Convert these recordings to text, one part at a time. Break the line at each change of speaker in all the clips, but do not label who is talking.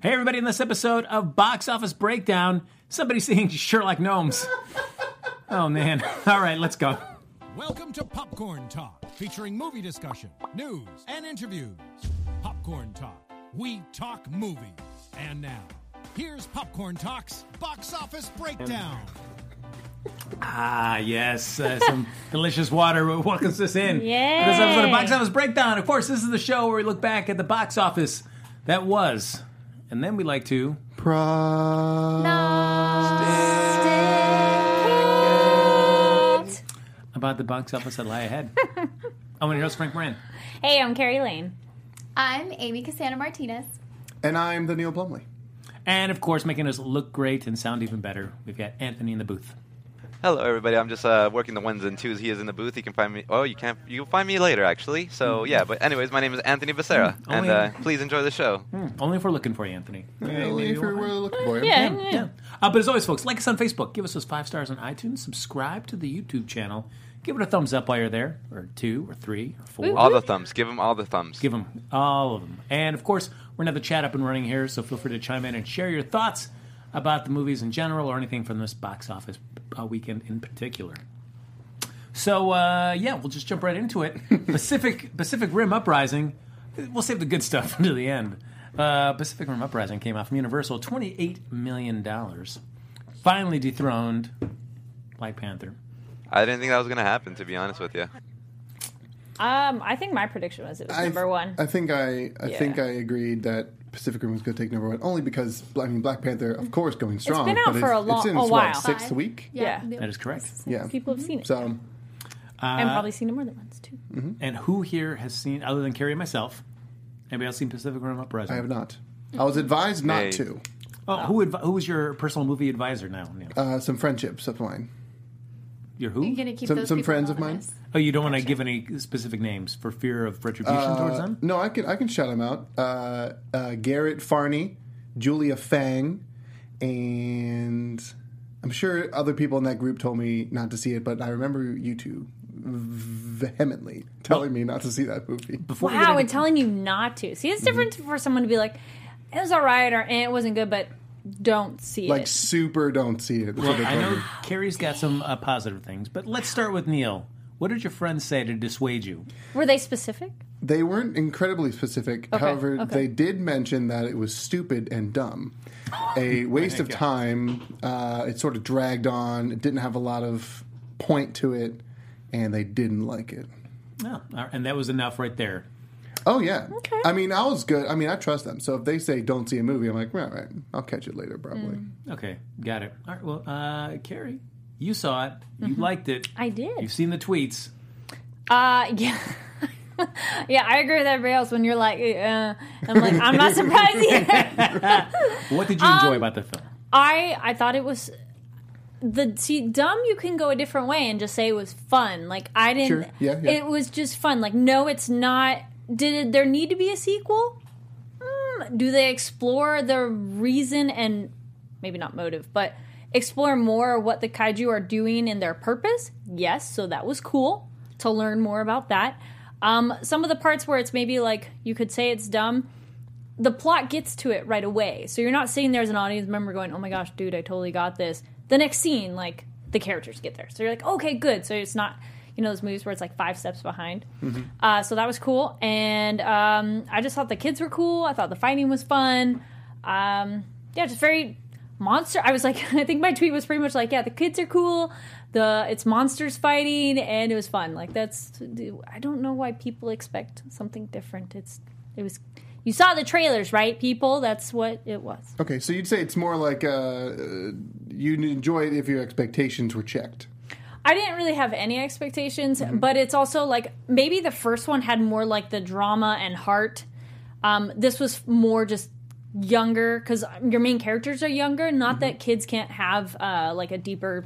Hey, everybody, in this episode of Box Office Breakdown, somebody seeing Sherlock Gnomes. Oh, man. All right, let's go.
Welcome to Popcorn Talk, featuring movie discussion, news, and interviews. Popcorn Talk, we talk movies. And now, here's Popcorn Talk's box office breakdown.
Ah, yes, uh, some delicious water. Welcomes us in.
Yay.
For This episode of Box Office Breakdown. Of course, this is the show where we look back at the box office that was. And then we like to. About the box office that lie ahead. I'm your host, Frank Moran.
Hey, I'm Carrie Lane.
I'm Amy Cassandra Martinez.
And I'm the Neil Blumley.
And of course, making us look great and sound even better, we've got Anthony in the booth.
Hello, everybody. I'm just uh, working the ones and twos. He is in the booth. You can find me. Oh, you can't. You'll find me later, actually. So yeah. But anyways, my name is Anthony Becerra, and
only-
uh, please enjoy the show.
Only if we're looking for you, Anthony.
Only if you were looking for him.
Yeah.
Yeah. Uh, but as always, folks, like us on Facebook, give us those five stars on iTunes, subscribe to the YouTube channel, give it a thumbs up while you're there, or two, or three, or four.
All the thumbs. Give him all the thumbs.
Give them all of them. And of course, we're gonna have the chat up and running here, so feel free to chime in and share your thoughts about the movies in general or anything from this box office uh, weekend in particular. So uh, yeah, we'll just jump right into it. Pacific Pacific Rim Uprising. We'll save the good stuff to the end. Uh, Pacific Rim Uprising came out from Universal, twenty eight million dollars. Finally dethroned Black Panther.
I didn't think that was gonna happen, to be honest with you.
Um, I think my prediction was it was
I-
number one.
I think I, I
Yeah.
think I agreed that Pacific Rim was going to take number one, only because I mean Black Panther, of course, going strong.
Mm. been out
but
for a
it's,
long-
it's in
a
its,
while.
What, sixth
Five.
week.
Yeah.
That is correct.
Yeah.
People have seen it
So uh,
and probably seen it more than once too.
And who here has seen other than Carrie and myself? Anybody else seen Pacific Rim Uprising?
I have not. I was advised not
Hey.
to.
Oh, who adv- who was your personal movie advisor now? Neil?
Uh, some friendships of mine.
your who?
You're gonna keep
Some-
those
some
people
friends of
anonymous?
oh, you don't want to give any specific names for fear of retribution
Uh,
towards them.
No, I can I can shout them out. Uh, uh, Garrett Farney, Julia Fang, and I'm sure other people in that group told me not to see it, but I remember you two vehemently telling me not to see that movie.
Before we get
Wow,
into-
and telling you not to see
Mm-hmm.
it's different for someone to be like, it was all right or eh, it wasn't good, but don't see
Like
it.
super, don't see it. That's what they
I
told
know
me.
Carrie's got some uh, positive things, but let's start with Neil. What did your friends say to dissuade you?
Were they specific?
They weren't incredibly specific. However,
okay.
they did mention that it was stupid and dumb,
Oh,
a waste of time. Uh, it sort of dragged on. It didn't have a lot of point to it, and they didn't like it.
No, uh, and that was enough right there.
Oh yeah.
Okay.
I mean, I was good. I mean, I trust them. So if they say don't see a movie, I'm like, right, right. I'll catch it later, probably.
Okay, got it. All right, well, uh, Carrie, you saw it, you liked it,
I did.
you've seen the tweets.
Uh, yeah. yeah, I agree with everybody else when you're like, eh, uh, I'm like, I'm not surprised either.
What did you
Um,
enjoy about the film?
I I thought it was the see dumb you can go a different way and just say it was fun. Like I didn't
Sure. Yeah, yeah.
it was just fun. Like no it's not did it, there need to be a sequel? Mm, do they explore the reason and maybe not motive, but explore more what the kaiju are doing and their purpose? Yes, so that was cool to learn more about that. Um, some of the parts where it's maybe like you could say it's dumb, the plot gets to it right away. So you're not sitting there as an audience member going, "Oh my gosh, dude, I totally got this." The next scene, like the characters get there, so you're like, "Okay, good." So it's not, you know, those movies where it's like five steps behind. Uh, so that was cool, and um, I just thought the kids were cool. I thought the fighting was fun. Um, yeah, just very monster. I was like, I think my tweet was pretty much like, "Yeah, the kids are cool." The it's monsters fighting, and it was fun. Like that's, I don't know why people expect something different. It's it was you saw the trailers, right, people? That's what it was.
Okay, so you'd say it's more like uh, uh, you'd enjoy it if your expectations were checked.
I didn't really have any expectations, but it's also like maybe the first one had more like the drama and heart. Um, this was more just younger because your main characters are younger. Not that kids can't have uh, like a deeper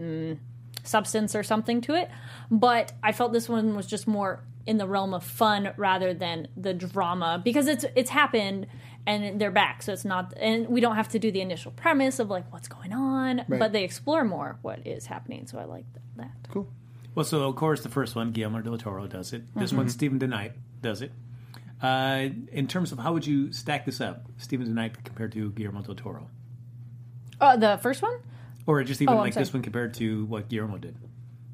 mm, substance or something to it. But I felt this one was just more in the realm of fun rather than the drama because it's it's happened and they're back, so it's not and we don't have to do the initial premise of like what's going on, but they explore more what is happening. So I like that.
Cool.
Mm-hmm. Well, so of course the first one, Guillermo del Toro does it. This one, Stephen DeKnight does it. Uh, in terms of how would you stack this up, Steven Knight compared to Guillermo del Toro,
Oh, the first one?
or just even
Oh, I'm
like this
sorry.
one compared to what Guillermo did,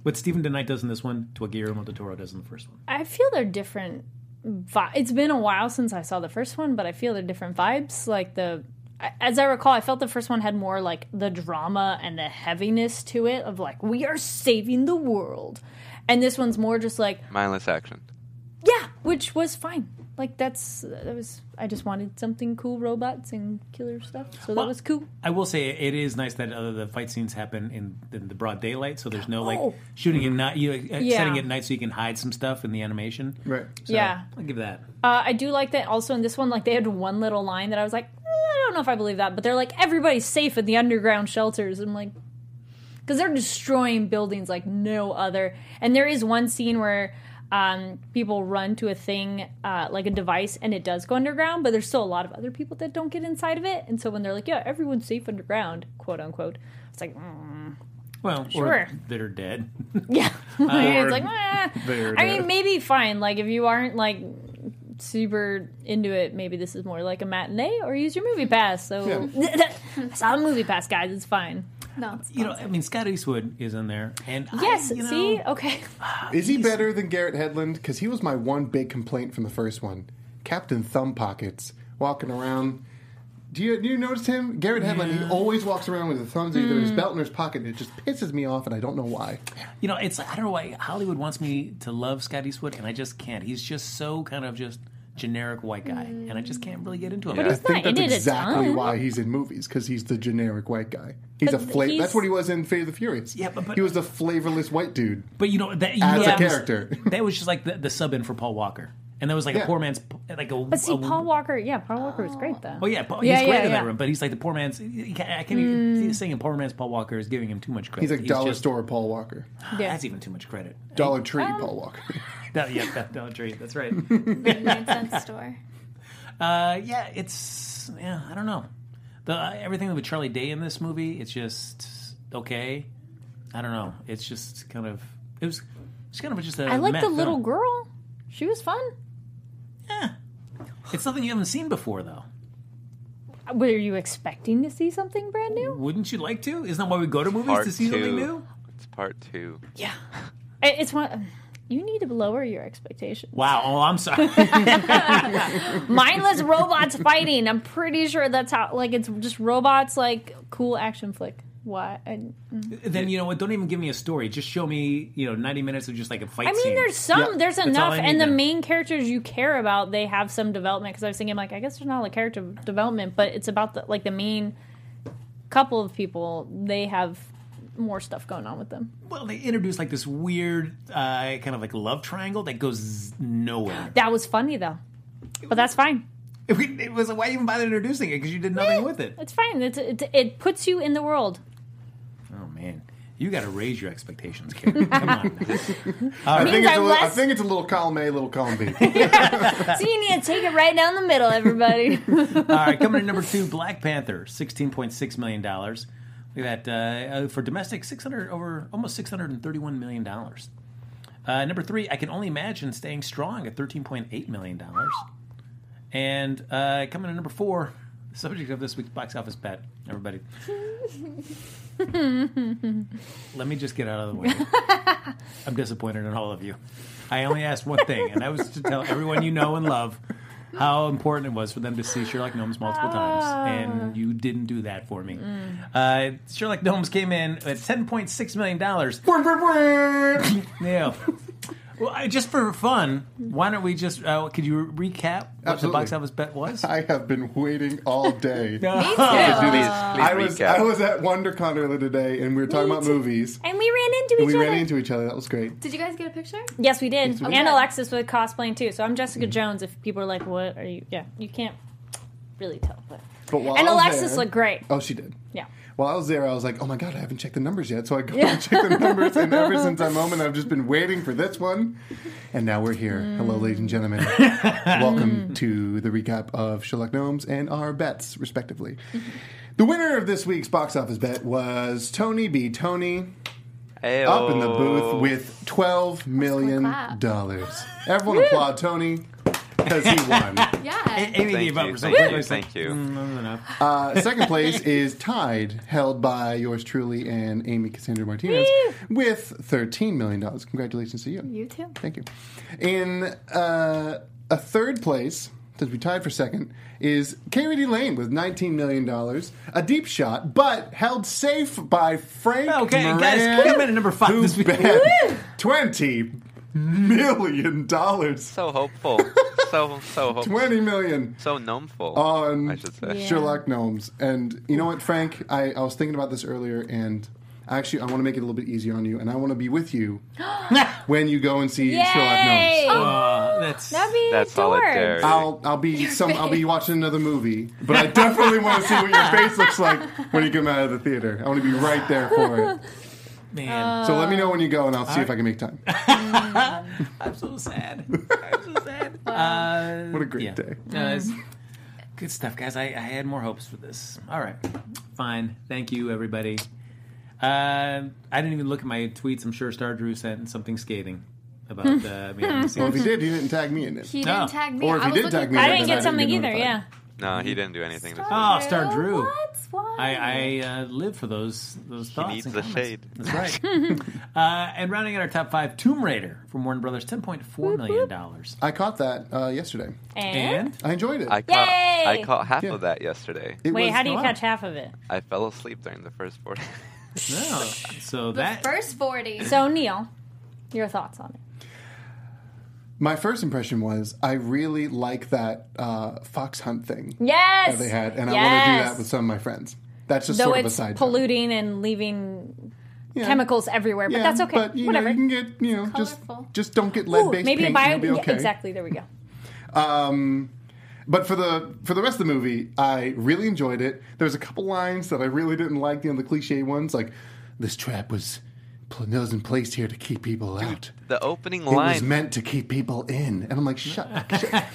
what Steven Knight does in this one to what Guillermo del Toro does in the first one.
I feel they're different. Vi- it's been a while since I saw the first one, but I feel they're different vibes. Like the, I- as I recall, I felt the first one had more like the drama and the heaviness to it of like we are saving the world, and this one's more just like
Mindless action.
yeah, which was fine. Like that's that was I just wanted something cool, robots and killer stuff, so that
Well,
was cool.
I will say it is nice that uh, the fight scenes happen in, in the broad daylight, so there's no like
Oh.
shooting at night, you know, uh,
Yeah.
setting at night, so you can hide some stuff in the animation.
Right.
So,
Yeah.
I'll give that.
Uh, I do like that also in this one, like they had one little line that I was like, "Eh, I don't know if I believe that, but they're like, everybody's safe in the underground shelters. I'm like, because they're destroying buildings like no other. And there is one scene where um, people run to a thing, uh, like a device, and it does go underground, but there's still a lot of other people that don't get inside of it. And so when they're like, yeah, everyone's safe underground, quote unquote, it's like, mm,
Well,
Sure.
or that are dead.
yeah. it's like, "Ah."
They're
I mean,
dead.
maybe fine. Like, if you aren't like super into it, maybe this is more like a matinee or use your movie pass. So I saw a movie pass, guys. It's fine.
No.
You know, I mean, Scott Eastwood is in there, and I,
Yes.
you know,
see. Okay.
Is he better than Garrett Headland? Because he was my one big complaint from the first one. Captain Thumb Pockets walking around. Do you, do you notice him? Garrett Headland, he always walks around with his thumbs either in his belt or his pocket, and it just pisses me off, and I don't know why.
You know, it's I don't know why Hollywood wants me to love Scott Eastwood, and I just can't. He's just so kind of just generic white guy, and I just can't really get into him.
I
he's
think
not- he
that's
did a
exactly
ton.
why he's in movies, because he's the generic white guy. He's
But
a fla-
he's-
That's what he was in Fate of the Furious.
Yeah, but- but-
he was the flavorless white dude.
But you know that you
As
know,
a
that was-
character.
that was just like the, the sub in for Paul Walker, and that was like
Yeah.
a poor man's like a.
But see, Paul Walker. Yeah, Paul Walker was great though.
Oh yeah, Paul,
Yeah,
he's great
yeah,
in that
yeah. Mm.
room, but he's like the poor man's. he can't- I can't even he's saying poor man's Paul Walker is giving him too much credit.
He's like dollar
just-
store Paul Walker,
Yeah.
That's even too much credit.
dollar tree
Oh.
Paul Walker.
That, yeah, that dollar tree. That's right.
Midnight Sun Store.
Uh, yeah, it's yeah. I don't know. The uh, everything with Charlie Day in this movie, it's just okay. I don't know. It's just kind of it was. It's kind of just a.
I like
meh
the little
film.
girl. She was fun.
Yeah. It's something you haven't seen before, though.
Were you expecting to see something brand new?
Wouldn't you like to? Isn't that why we go to movies
Part
to see
two.
something new?
It's part two.
Yeah. It's one. You need to lower your expectations.
Wow. Oh, I'm sorry.
mindless robots fighting. I'm pretty sure that's how. Like it's just robots, like cool action flick. What? And,
then you know what? Don't even give me a story. Just show me, you know, 90 minutes of just like a fight
I mean,
scene.
there's some,
Yeah,
there's
all
enough,
I need
and the
then.
main characters you care about, they have some development. Because I was thinking, like, I guess there's not a lot of character development, but it's about the like the main couple of people. They have more stuff going on with them.
Well, they introduced like this weird uh, kind of like love triangle that goes nowhere.
That was funny though, but that's fine.
It, it was why even bother introducing it because you did nothing with it.
It's fine. It's, it it puts you in the world.
Oh man, you got to raise your expectations, Karen. Come on.
I, think
Means
it's a
I'm
little, I
less-
think it's a little column A, little column B.
So you need to take it right down the middle, everybody.
All right, coming in number two, Black Panther, sixteen point six million dollars. Look at that uh, uh, for domestic, six hundred over almost six hundred and thirty-one million dollars. Uh, number three, I can only imagine staying strong at thirteen point eight million dollars. And uh, coming in number four, the subject of this week's box office bet. Everybody, let me just get out of the way. I'm disappointed in all of you. I only asked one thing, and that was to tell everyone you know and love how important it was for them to see Sherlock Gnomes multiple times, and you didn't do that for me. Uh, Sherlock Gnomes came in at ten point six million dollars. yeah. Well, I, just for fun, why don't we just? Uh, could you recap what
Absolutely.
the box office bet was?
I have been waiting all day.
Please, please
I was
recap.
I was at WonderCon earlier today, and we were talking
Me
about
too.
movies.
and we ran into each
We
other.
ran into each other. That was great.
Did you guys get a picture?
Yes, we did.
we Mm.
and
did.
Alexis with cosplaying too. So I'm Jessica Jones. If people are like, "What are you?" Yeah, you can't really tell. But,
But while
and
I was
Alexis
there-
looked great.
Oh, she did.
Yeah,
While I was there, I was like, "Oh my god, I haven't checked the numbers yet." So I go and check the numbers, and ever since that moment, I've just been waiting for this one, and now we're here. Hello, ladies and gentlemen. Welcome to the recap of Sherlock Gnomes and our bets, respectively. The winner of this week's box office bet was Tony B. Tony.
Ayo.
up in the booth with twelve million
clap.
dollars. Everyone applaud Tony. because he won.
Yeah.
Anything
Thank
about
you,
results.
thank you,
It's like,
thank you.
mm, I don't know.
Uh, second place is tied, held by yours truly and Amy Cassandra Martinez, with $13 million. Congratulations to you.
you too.
Thank you. In uh, a third place, since we tied for second, is Kennedy Lane with $19 million. A deep shot, but held safe by Frank
Okay,
Moran,
guys, come in at number five
who
this week.
bet $20 million.
So hopeful. so so hopeful.
$20 million.
So gnomeful.
On-
I should say.
Yeah.
Sherlock Gnomes. And you know what, Frank? I, I was thinking about this earlier, and actually, I want to make it a little bit easier on you, and I want to be with you when you go and see Sherlock
Yay!
Gnomes.
Uh, that's
That'd be
Oh, That's
adorable.
solidarity.
I'll I'll be some I'll be watching another movie, but I definitely want to see what your face looks like when you come out of the theater. I want to be right there for it.
man.
So let me know when you go, and I'll see if I can make time.
I'm so sad. I'm so sad. Uh,
What a great
yeah.
day!
No, it's- good stuff, guys. I, I had more hopes for this. All right, fine. Thank you, everybody. Uh, I didn't even look at my tweets. I'm sure Star Drew sent something scathing about uh, me. having seen
Well, if
this.
Oh, he did, he didn't tag me in it.
He
No.
didn't tag me.
Or if
I
he
was
did tag
looking-
me,
I
I
didn't
didn't
I
get something
didn't get
either. Yeah.
notified.
No, he didn't do anything. This week.
Oh, Star Drew.
What? Why?
I, I uh, live for those those thoughts.
needs
and
the
comments.
shade.
That's right. uh, and rounding out our top five, Tomb Raider from Warner Brothers, ten point four million dollars.
I caught that uh, yesterday.
And,
And
I enjoyed it.
I caught,
Yay!
I caught half
Yeah.
of that yesterday.
It
wait,
was-
how do you
wow.
catch half of it?
I fell asleep during the first four.
no, oh, so
the
that
first 40.
So Neil, your thoughts on it?
My first impression was I really like that uh, fox hunt thing
Yes,
that they had, and I want to do
Yes.
that with some of my friends. That's just
Though
sort of a
it's
side joke.
polluting and leaving
Yeah.
chemicals everywhere, but
Yeah,
that's okay.
But you
Whatever.
know, you can get you know just
Colorful.
just don't get
Ooh,
lead based
maybe
paint.
the bio.
and you'll be
yeah,
okay.
exactly. There we go.
Um, but for the for the rest of the movie, I really enjoyed it. There was a couple lines that I really didn't like, you know, the cliche ones, like this trap was pl- wasn't placed here to keep people out.
the opening
It was
line.
meant to keep people in, and I'm like, shut. shut. it's a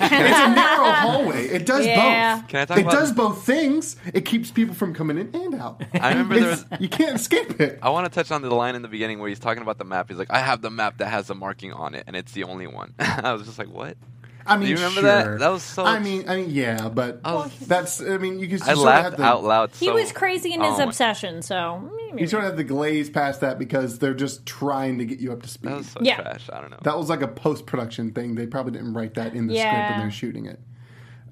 narrow hallway. It does
Yeah.
both.
Can I talk
it
about-
does both things. It keeps people from coming in and out.
I remember there
It's-
was. Oh,
you can't skip it.
I want to touch on the line in the beginning where he's talking about the map. He's like, "I have the map that has a marking on it, and it's the only one." I was just like, "What?"
I mean,
you remember
sure.
that? That was so-
I mean, I mean, yeah, but
was-
that's. I mean, you can.
I
sort of have
laughed
to-
out loud.
He
so-
was crazy in his
Oh my-
obsession, so
You sort of have to glaze past that because they're just trying to get you up to speed.
That was so
Yeah.
trash. I don't know.
That was like a post production thing. They probably didn't write that in the script
Yeah.
when they're shooting it.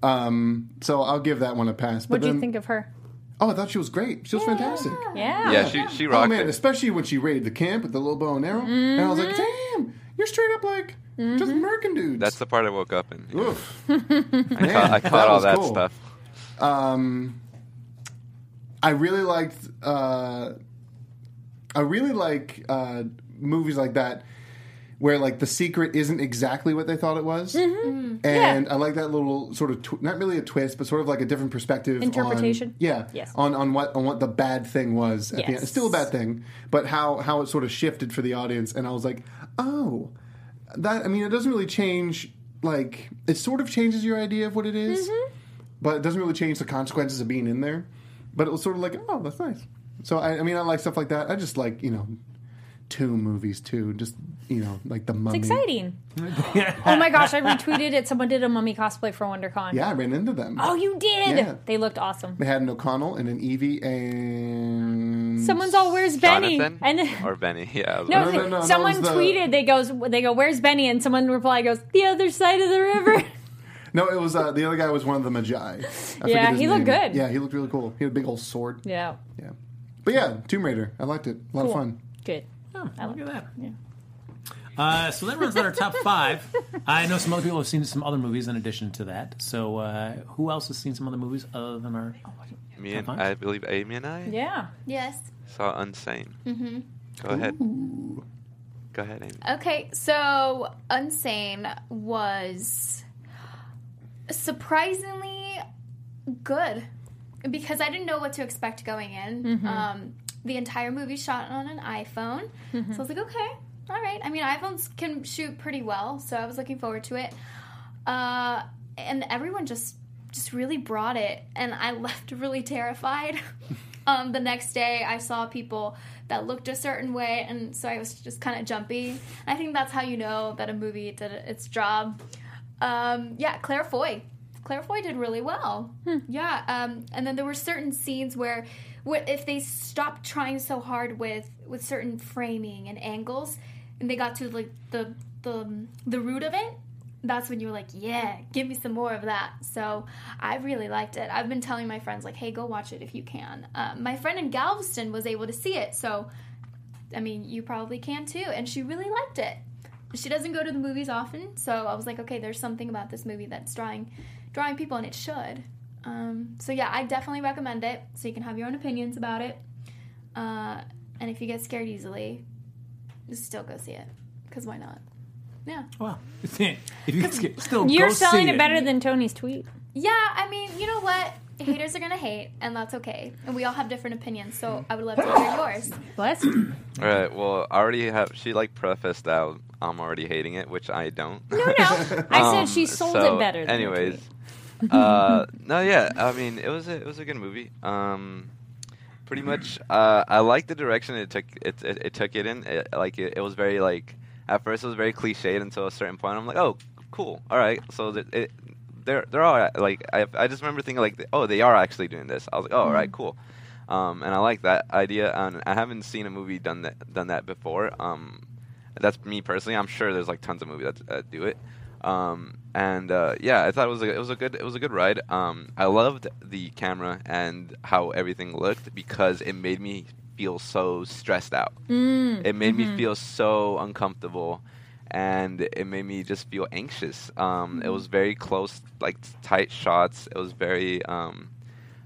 Um, so I'll give that one a pass. But
What do you
then-
think of her?
Oh, I thought she was great. She was fantastic.
Yeah.
yeah, she she
Oh
rocked
man,
it.
especially when she raided the camp with the little bow and arrow, and I was like,
Mm-hmm.
"Damn, you're straight up like just American dudes."
That's the part I woke up in.
Oof.
I caught, I
that
caught all
was
that
cool.
stuff.
um, I really liked. Uh, I really like uh, movies like that where like the secret isn't exactly what they thought it was,
Mm-hmm.
and I like that little sort of tw- not really a twist, but sort of like a different perspective on-
Interpretation?
yeah,
Yes.
on on what on what the bad thing was at the end.
Yes.
It's still a bad thing, but how how it sort of shifted for the audience, and I was like, oh, that. I mean, it doesn't really change. Like it sort of changes your idea of what it is,
Mm-hmm.
but it doesn't really change the consequences of being in there. But it was sort of like, oh, that's nice. So I, I mean, I like stuff like that. I just like you know, tomb movies too. Just you know, like the mummy.
It's exciting. oh my gosh, I retweeted it. Someone did a mummy cosplay for WonderCon.
Yeah, I ran into them.
Oh, you did?
Yeah.
They looked awesome.
They had an O'Connell and an Evie and
Someone's all, where's Benny?
Jonathan
And
or Benny? Yeah. I was
no,
like-
no, no, no, that
someone
was the-
tweeted. They goes, they go, where's Benny? And someone replied, goes, the other side of the river.
No, it was uh, the other guy was one of the Magi. I
Yeah,
forget his
he looked
name.
good.
Yeah, he looked really cool. He had a big old sword. Yeah.
yeah,
But yeah, Tomb Raider. I liked it. A lot of fun.
good.
Oh,
I
look at
like
that. Uh, so that runs out our top five. I know some other people have seen some other movies in addition to that. So uh, who else has seen some other movies other than our? Oh, I-
me
top
and
five?
I believe Amy and I
Yeah.
Yes.
saw Unsane. Mm-hmm. Go ahead. Go ahead, Amy.
Okay, so Unsane was surprisingly good because I didn't know what to expect going in. Um, the entire movie shot on an iPhone, so I was like, okay, all right. I mean, iPhones can shoot pretty well, so I was looking forward to it. Uh, and everyone just just really brought it, and I left really terrified. um, the next day I saw people that looked a certain way, and so I was just kind of jumpy. I think that's how you know that a movie did its job. Um, yeah, Claire Foy. Claire Foy did really well. Yeah, um, and then there were certain scenes where, where if they stopped trying so hard with with certain framing and angles, and they got to like the the the root of it, that's when you were like, yeah, give me some more of that. So I really liked it. I've been telling my friends like, hey, go watch it if you can. Um, my friend in Galveston was able to see it, so I mean, you probably can too. And she really liked it. She doesn't go to the movies often, so I was like, okay, there's something about this movie that's drawing, drawing people, and it should. Um, so yeah, I definitely recommend it. So you can have your own opinions about it. Uh, and if you get scared easily, just still go see it, because why not? Yeah.
Well, if you get- still go
You're selling
see
it better than Tony's tweet.
Yeah, I mean, you know what? Haters are gonna hate, and that's okay. And we all have different opinions, so I would love to hear yours.
Bless. you.
All right. Well, I already have. She like prefaced that I'm already hating it, which I don't.
No, no. I said she
Um,
sold
so
it better. Than the
anyways,
tweet.
uh, no, yeah. I mean, it was a, it was a good movie. Um, pretty much,
Mm-hmm.
uh, I like the direction it took it it, it took it in. It, like it, it was very like at first it was very cliched until a certain point. I'm like, oh, cool. All right. So th- it, they're they're all right. like I I just remember thinking like oh they are actually doing this. I was like oh all
Mm-hmm.
right cool. Um, and I like that idea. And I haven't seen a movie done that done that before. Um, that's me personally. I'm sure there's like tons of movies that, that do it. Um, and uh, yeah, I thought it was a, it was a good it was a good ride. Um, I loved the camera and how everything looked because it made me feel so stressed out. Mm, it made me feel so uncomfortable, and it made me just feel anxious. Um, It was very close, like tight shots. It was very um,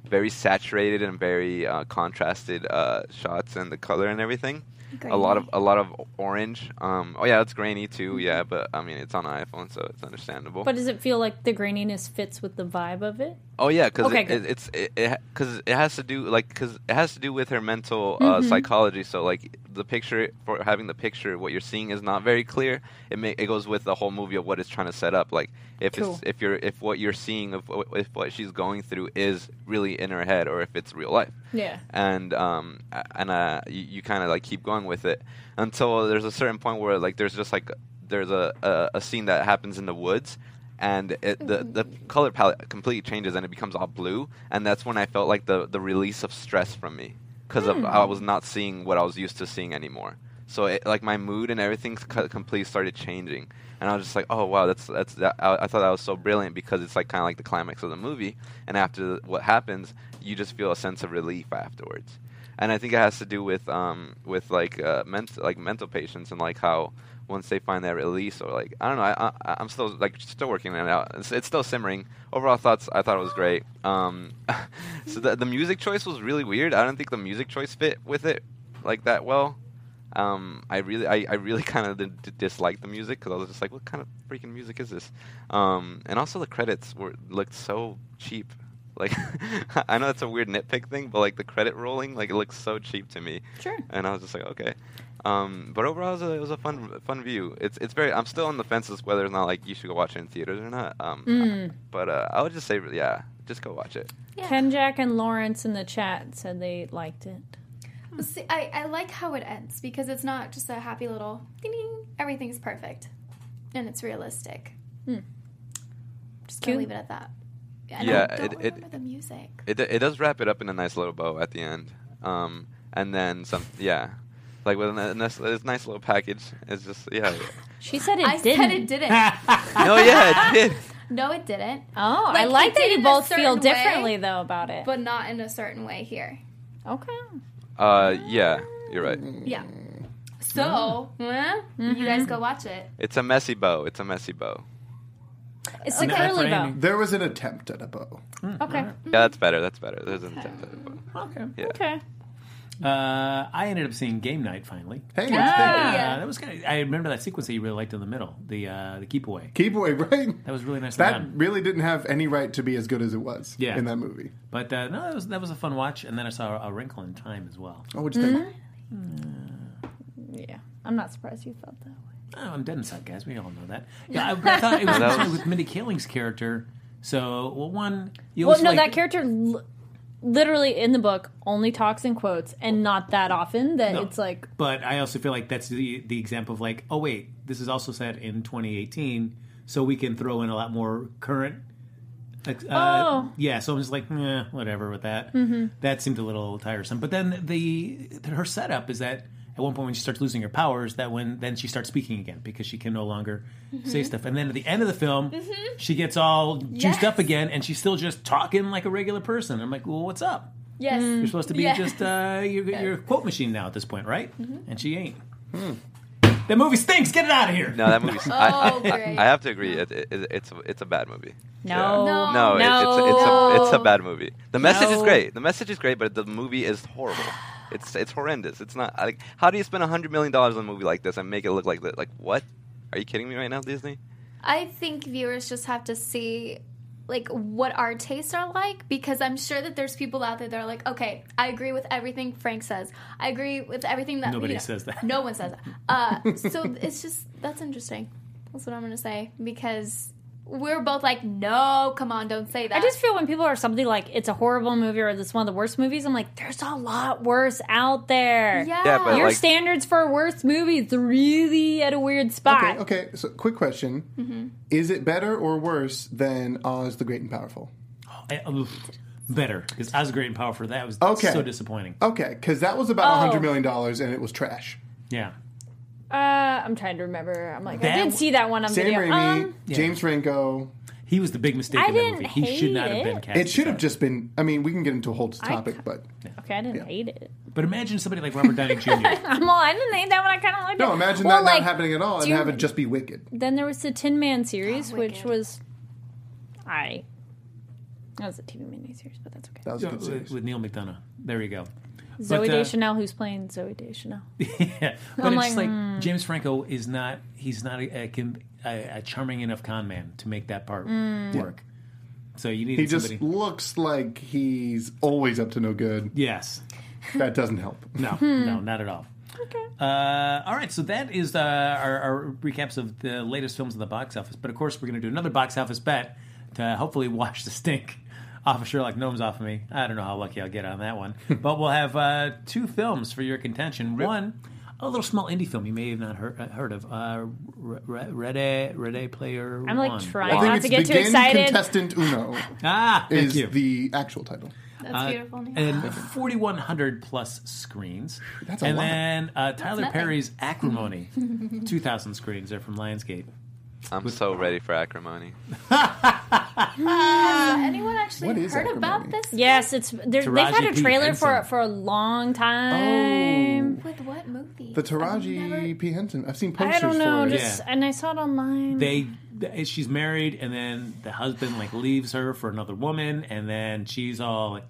very saturated and very uh, contrasted uh, shots and the color and everything. A lot of a lot of orange. Um, oh yeah, it's grainy too. Yeah, but I mean it's on an iPhone, so it's understandable.
But does it feel like the graininess fits with the vibe of it?
oh yeah, because
Okay,
it,
good.
it, it's it because it, has to do like because it has to do with her mental uh,
Mm-hmm.
psychology. So like the picture for having the picture, what you're seeing is not very clear. It may, it goes with the whole movie of what it's trying to set up. Like if
Cool.
it's if you're if what you're seeing of if what she's going through is really in her head or if it's real life.
Yeah.
and um a- and uh you, you kind of like keep going with it until there's a certain point where like there's just like there's a a, a scene that happens in the woods and it, the the color palette completely changes and it becomes all blue and that's when I felt like the the release of stress from me because I was not seeing what I was used to seeing anymore. So it, like my mood and everything c- completely started changing, and I was just like, "Oh wow, that's that's." That, I, I thought that was so brilliant because it's like kind of like the climax of the movie, and after what happens, you just feel a sense of relief afterwards. And I think it has to do with um with like uh ment- like mental patients and like how once they find that release or like I don't know I, I I'm still like still working on it out. It's, it's still simmering. Overall thoughts I thought it was great. Um, so the the music choice was really weird. I don't think the music choice fit with it like that well. Um, I really, I, I really kind of did, did dislike the music because I was just like, what kind of freaking music is this? Um, and also the credits were looked so cheap. Like, I know that's a weird nitpick thing, but like the credit rolling, like it looks so cheap to me.
Sure.
And I was just like, okay. Um, but overall, it was, a, it was a fun, fun view. It's, it's very. I'm still on the fence as to whether or not like you should go watch it in theaters or not. Um, but uh, I would just say, yeah, just go watch it.
Ken Jack and Lawrence in the chat said they liked it.
See, I, I like how it ends because it's not just a happy little ding ding. Everything's perfect, and it's realistic.
Hmm.
Just gonna
Cool.
leave it at that. And
Yeah,
I don't
it- it-
remember the music.
It, it does wrap it up in a nice little bow at the end. Um, and then some, yeah, like with a ni- nice, this nice little package. It's just yeah.
She said it
I
didn't.
said it didn't.
no, yeah, it did.
no, it didn't.
Oh, I
Like,
like
it
that
did
you
in a
both feel
certain way,
differently though about it.
But not in a certain way here.
okay.
Uh, yeah, you're right.
Yeah. So, eh,
Mm-hmm.
you guys go watch it.
It's a messy bow. It's a messy bow.
It's the
Not
curly bow.
framing.
There was an attempt at a bow.
Okay.
Yeah, that's better. That's better. There's an attempt at a bow.
Okay.
Okay.
Uh, I ended up seeing Game Night finally.
Hey,
Uh,
Yeah.
that was kind of, I remember that sequence that you really liked in the middle, the uh, the keep away.
keep away, right?
That was really nice.
That
done.
really didn't have any right to be as good as it was
Yeah.
in that movie.
But uh, no, that was that was a fun watch. And then I saw A Wrinkle in Time as well.
Oh, what'd you think?
Yeah. I'm not surprised you felt that way.
Oh, I'm dead inside, guys. We all know that. Yeah, I, I thought it was
that
interesting
was-
with Mindy Kaling's character. So, well, one, you
Well,
always
no,
like-
that character l- literally in the book only talks in quotes and not that often that
No.
it's like
But I also feel like that's the the example of like, oh wait, this is also set in 2018. so we can throw in a lot more current. ex- Uh,
Oh.
yeah. So I'm just like, eh, whatever with that. Mm-hmm. That seemed a little tiresome. But then the her setup is that at one point when she starts losing her powers, that when then she starts speaking again because she can no longer say stuff. And then at the end of the film, she gets all juiced up
Yes.
again, and she's still just talking like a regular person. I'm like, well, what's up?
Yes.
Mm-hmm.
You're supposed to be
Yes.
just uh, your, your quote machine now at this point, right?
Mm-hmm.
And she ain't.
Hmm.
That movie stinks. Get it out of here.
No, that movie's. I, I,
Oh,
I,
great.
I have to agree. It, it, it's it's a bad movie.
No.
No.
No, It, it's, it's, a, it's a bad movie. The message is
No.
great. The message is great, but the movie is horrible. It's it's horrendous. It's not like how do you spend hundred million dollars on a movie like this and make it look like that? Like what? Are you kidding me right now, Disney?
I think viewers just have to see like what our tastes are like because I'm sure that there's people out there that are like, okay, I agree with everything Frank says. I agree with everything that
Nobody says that.
No one says that. Uh, so it's just that's interesting. That's what I'm gonna say because we're both like, no, come on, don't say that.
I just feel when people are something like it's a horrible movie or it's one of the worst movies, I'm like, there's a lot worse out there.
yeah,
Yeah, but
Your
like-
standards for worst movies really at a weird spot.
Okay, okay. So, quick question:
Mm-hmm.
Is it better or worse than Oz the Great and Powerful?
I- uh, oof. better because I was great and powerful. That was
Okay. Oh.
so disappointing.
Okay, because that was about
Oh.
a hundred million dollars and it was trash.
Yeah.
Uh, I'm trying to remember. I'm like,
That
I did
w-
see that one on
Sam
video.
Raimi,
Um,
James Ranko.
He was the big mistake
I
in that
didn't
movie. He should not
hate
have been
it.
cast.
It should
as
have
that.
just been. I mean, we can get into a whole topic, but
okay, I didn't hate it.
But imagine somebody like Robert Downey Jr.
I'm all, I didn't hate that one. I kind of liked it.
no. Imagine
Well,
that
like,
not happening at all and
do you-
have it just be wicked.
Then there was the Tin Man series,
Oh,
which
wicked.
was I. That was a TV miniseries, but that's okay.
That was a good series.
with Neil McDonough. There you go.
Zoe
But, uh,
Deschanel, who's playing Zoe Deschanel?
yeah. But
I'm
it's
like, hmm.
just like James Franco is not. He's not a, a, con- a, a charming enough con man to make that part
Hmm.
work. So you need
He just
somebody.
looks like he's always up to no good.
yes.
That doesn't help.
No,
Hmm.
no, not at all. Okay. Uh, all right, so that is uh, our, our recaps of the latest films in the box office. But of course, we're going to do another box office bet to hopefully wash the stink off of Sherlock Gnomes off of me. I don't know how lucky I'll get on that one. but we'll have uh, two films for your contention. One, a little small indie film you may have not heard, uh, heard of, uh, Red Red Player
I'm like
One.
trying
I think
not
it's
to get too
Begin
excited.
Contestant Uno
Ah, thank
is
you.
the actual title.
that's beautiful. Nate.
Uh, and 4,100 plus screens.
That's a
and
lot.
then uh, Tyler
nothing.
Perry's Acrimony, 2,000 screens. They're from Lionsgate.
I'm so ready for acrimony.
Has Uh, anyone
What
actually
is
heard about
acrimony?
this?
Yes, it's there, they've had a
Taraji P.
trailer for
Henson.
for a long time.
With what movie?
The
I've
Taraji
never-
P Henson. I've seen
Oh,
posters
I don't know,
for it.
just and I saw it online.
They, th- she's married, and then the husband like leaves her for another woman, and then she's all like,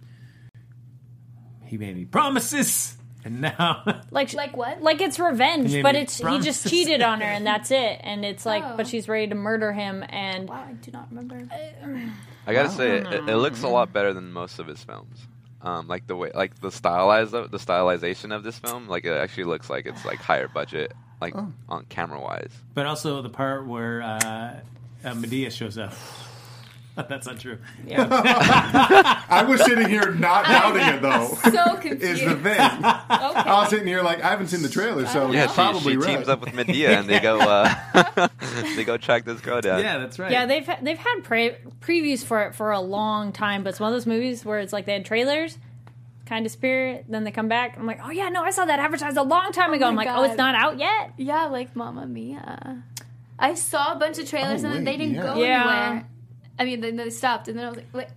"He made me promises," and now
like
Like what?
like it's revenge,
Maybe
but it's he
promises.
just cheated on her and that's it. And it's like,
Oh.
but she's ready to murder him. And
Wow, I do not remember.
I gotta say, it, it looks a lot better than most of his films. Um, like the way, like the stylized, the stylization of this film, like it actually looks like it's like higher budget, like on camera wise.
But also the part where uh, uh, Medea shows up. That's not true.
I was sitting here not doubting it though.
So
Is
confused.
the thing. I was sitting here like I haven't seen the trailer, so
Yeah,
it's
she,
probably
she
right.
teams up with Medea and they go, uh, they go track this girl down.
Yeah, that's right.
yeah, they've they've had pre- previews for it for a long time, but it's one of those movies where it's like they had trailers. Kind of spirit, then they come back. I'm like, oh yeah, no, I saw that advertised a long time ago. I'm
my
like, oh, it's
God.
not out yet.
Yeah, like Mamma Mia. I saw a bunch of trailers
Oh,
and then they
wait,
didn't
yeah.
go
Yeah.
anywhere. I mean, then they stopped, and then I was like,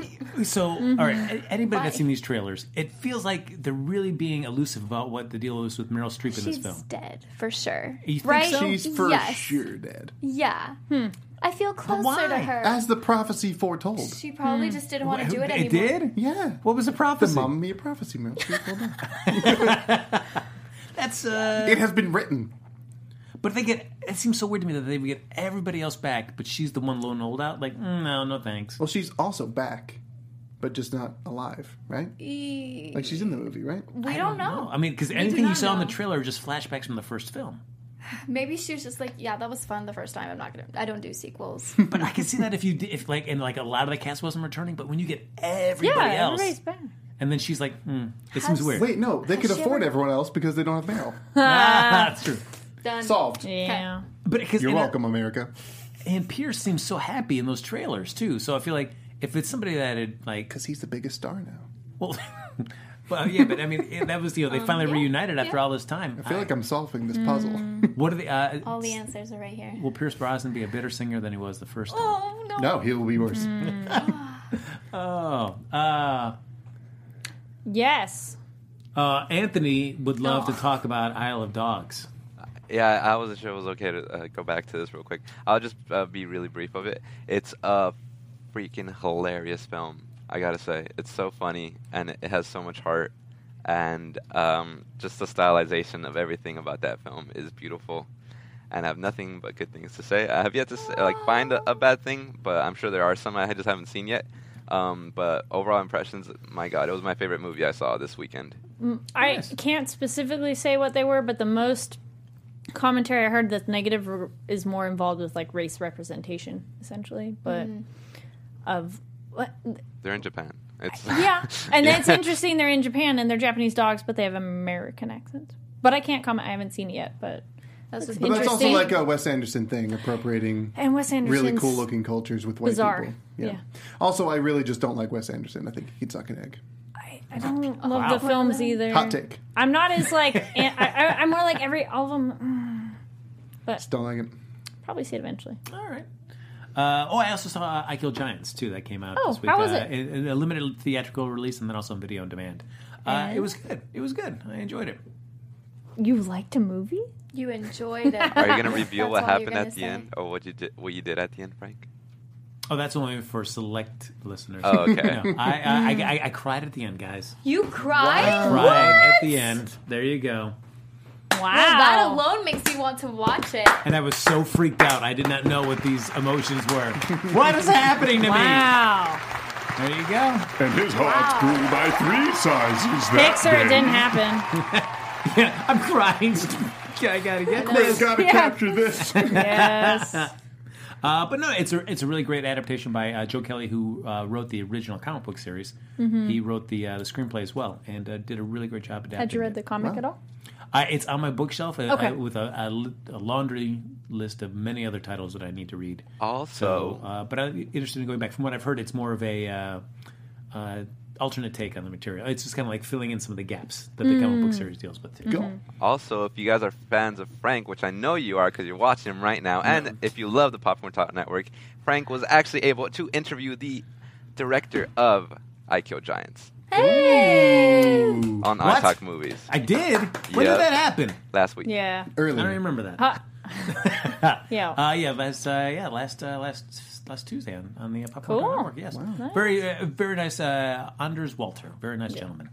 wait,
So, all right, a- anybody
Mm-hmm. Why?
that's seen these trailers, it feels like they're really being elusive about what the deal is with Meryl Streep in this
she's
film.
dead for sure.
You think
right?
so?
She's for
yes.
sure dead.
Yeah. I feel closer to
why?
her.
As the prophecy foretold.
she probably just didn't want to do it
It
anymore.
did?
Yeah.
What was the
the
prophecy?
Mamma Mia prophecy, Meryl Streep will know.
That's uh.
It has been written.
But they get. It seems so weird to me that they would get everybody else back, but she's the one lone holdout. Like, mm, no, no thanks.
Well, she's also back, but just not alive, right?
E-
Like she's in the movie, right?
We don't, know.
No, I mean, because anything you
not
saw in the
know.
trailer are just flashbacks from the first film.
Maybe she was just like, yeah, that was fun the first time. I'm not gonna. I don't do sequels.
But I can see that if you did, if like and like a lot of the cast wasn't returning, but when you get everybody
Yeah,
else,
everybody's back.
and then she's like, hmm, it seems weird.
Wait, no, they could
she
afford
ever-
everyone else because they don't have Meryl.
Ah, that's true.
Done.
Solved.
Yeah,
But because
You're welcome, America.
and Pierce seems so happy in those trailers too. So I feel like if it's somebody that had like,
because he's the biggest star now.
well, well, yeah, but I mean it- that was you know they finally
yeah,
reunited after
yeah.
all this time.
I feel like I'm solving this puzzle.
what are the? Uh,
All the answers are right here.
will Pierce Brosnan be a better singer than he was the first time?
Oh no.
no, he will be worse.
Hmm.
Oh, uh,
Yes.
uh, Anthony would love
Oh.
to talk about Isle of Dogs.
Yeah, I wasn't sure it was okay to uh, go back to this real quick. I'll just uh, be really brief of it. It's a freaking hilarious film. I gotta say, it's so funny and it has so much heart, and um, just the stylization of everything about that film is beautiful. And I have nothing but good things to say. I have yet to s like find a, a bad thing, but I'm sure there are some I just haven't seen yet. Um, but overall impressions, my God, it was my favorite movie I saw this weekend.
I
Yes.
can't specifically say what they were, but the most commentary I heard that's negative r- is more involved with like race representation, essentially. But of what?
They're in Japan. It's
Yeah, and that's interesting. They're in Japan and they're Japanese dogs, but they have American accents. But I can't comment. I haven't seen it yet. But
That's just
But that's also
Interesting.
like a Wes Anderson thing, appropriating
and Wes Anderson's
really cool looking cultures with white
bizarre.
people.
Yeah.
Also, I really just don't like Wes Anderson. I think he'd suck an egg.
I, I don't love the films either.
Hot take.
I'm not as like an- I, I, I'm more like every all of them.
Just don't like it.
Probably see it eventually.
All right. Uh, oh, I also saw I Kill Giants too. That came out
Oh,
this week.
how was
Uh,
it?
A, a limited theatrical release and then also on video on demand. Uh, it was good. It was good. I enjoyed it.
You liked a movie?
You enjoyed it.
Are you gonna
That's
reveal what
all you're
happened
gonna
at the
say.
end, or what you did? What you did at the end, Frank?
Oh, that's only for select listeners.
Oh,
No,
okay.
I, I, I, I, I cried at the end, guys.
You cried?
Cried at the end. There you go.
Wow.
That alone makes me want to watch it.
Oh,
And I was so freaked out. I did not know what these emotions were. what is happening to
Wow.
me? There you go.
And his heart grew by three sizes that
Pixar
day.
didn't happen.
Yeah, I'm crying. I gotta get
We've
this.
got to capture this.
Yes.
Uh, but no, it's a it's a really great adaptation by uh, Joe Kelly, who uh, wrote the original comic book series.
Mm-hmm.
He wrote the uh, the screenplay as well, and uh, did a really great job adapting.
Had you read the
it.
comic at all?
I, it's on my bookshelf uh,
Okay.
I- with a, a, li- a laundry list of many other titles that I need to read.
Also,
uh, but I'm interested in going back. From what I've heard, it's more of a uh, uh, alternate take on the material. It's just kind of like filling in some of the gaps that the comic
Mm.
book series deals with.
Mm-hmm.
Too.
Go.
also, if you guys are fans of Frank, which I know you are because you're watching him right now, and if you love the Popcorn Talk Network, Frank was actually able to interview the director of I Kill Giants on
What?
iTalk Movies
I did. When
Yeah.
did that happen?
last week.
Yeah.
I don't
Early.
remember that.
Yeah.
Uh, yeah, last uh, yeah last uh, last last Tuesday on, on the uh, Popcorn
Cool.
Network. Yes, very uh, very nice. Uh, Anders Walter, very nice gentleman.